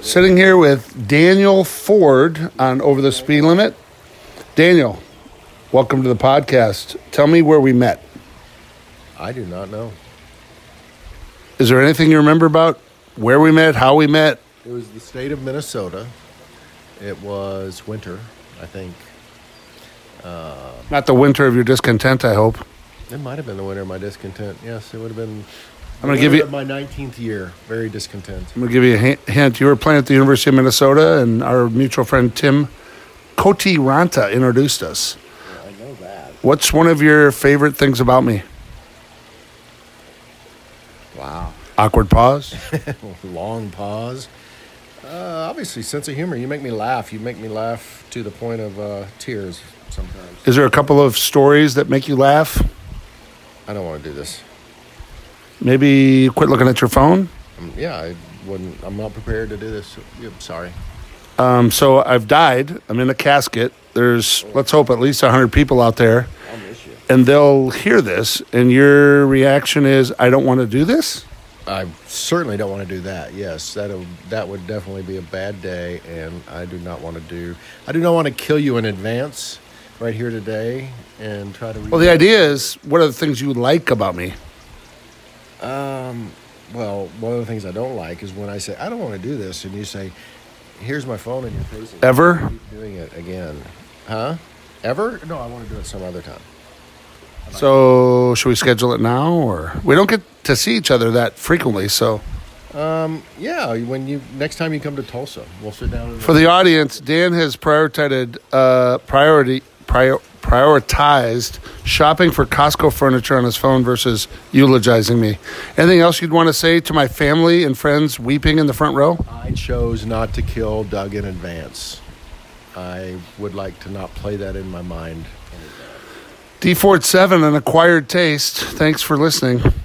Sitting here with Daniel Ford on Over the Speed Limit. Daniel, welcome to the podcast. Tell me where we met. I do not know. Is there anything you remember about where we met, how we met? It was the state of Minnesota. It was winter, I think. Uh, Not the winter of your discontent, I hope. It might have been the winter of my discontent. Yes, it would have been. I'm gonna the give winter you- of my 19th year. Very discontent. I'm going to give you a hin- hint. You were playing at the University of Minnesota, and our mutual friend Tim Kotiranta introduced us. I know that. What's one of your favorite things about me? Wow. Awkward pause. Long pause. Uh, obviously, sense of humor. You make me laugh. You make me laugh to the point of uh, tears sometimes. Is there a couple of stories that make you laugh? I don't want to do this. Maybe quit looking at your phone. Um, yeah, I wouldn't. I'm not prepared to do this. I'm sorry. Um, so I've died. I'm in a casket. There's, let's hope, at least 100 people out there, I'll miss you. and they'll hear this. And your reaction is, I don't want to do this? I certainly don't want to do that. Yes, that that would definitely be a bad day, and I do not want to do. I do not want to kill you in advance, right here today, and try to. Well, the idea is, what are the things you like about me? Um, well, one of the things I don't like is when I say I don't want to do this, and you say, "Here's my phone," and you're facing. it. Ever? Keep doing it again, huh? Ever? No, I want to do it some other time. So should we schedule it now? Or we don't get to see each other that frequently. So Yeah, when you next time you come to Tulsa, we'll sit down. And for the audience, Dan has prioritized uh, priority prior, prioritized shopping for Costco furniture on his phone versus eulogizing me. Anything else you'd want to say to my family and friends weeping in the front row? I chose not to kill Doug in advance. I would like to not play that in my mind. D Ford Seven, an acquired taste. Thanks for listening.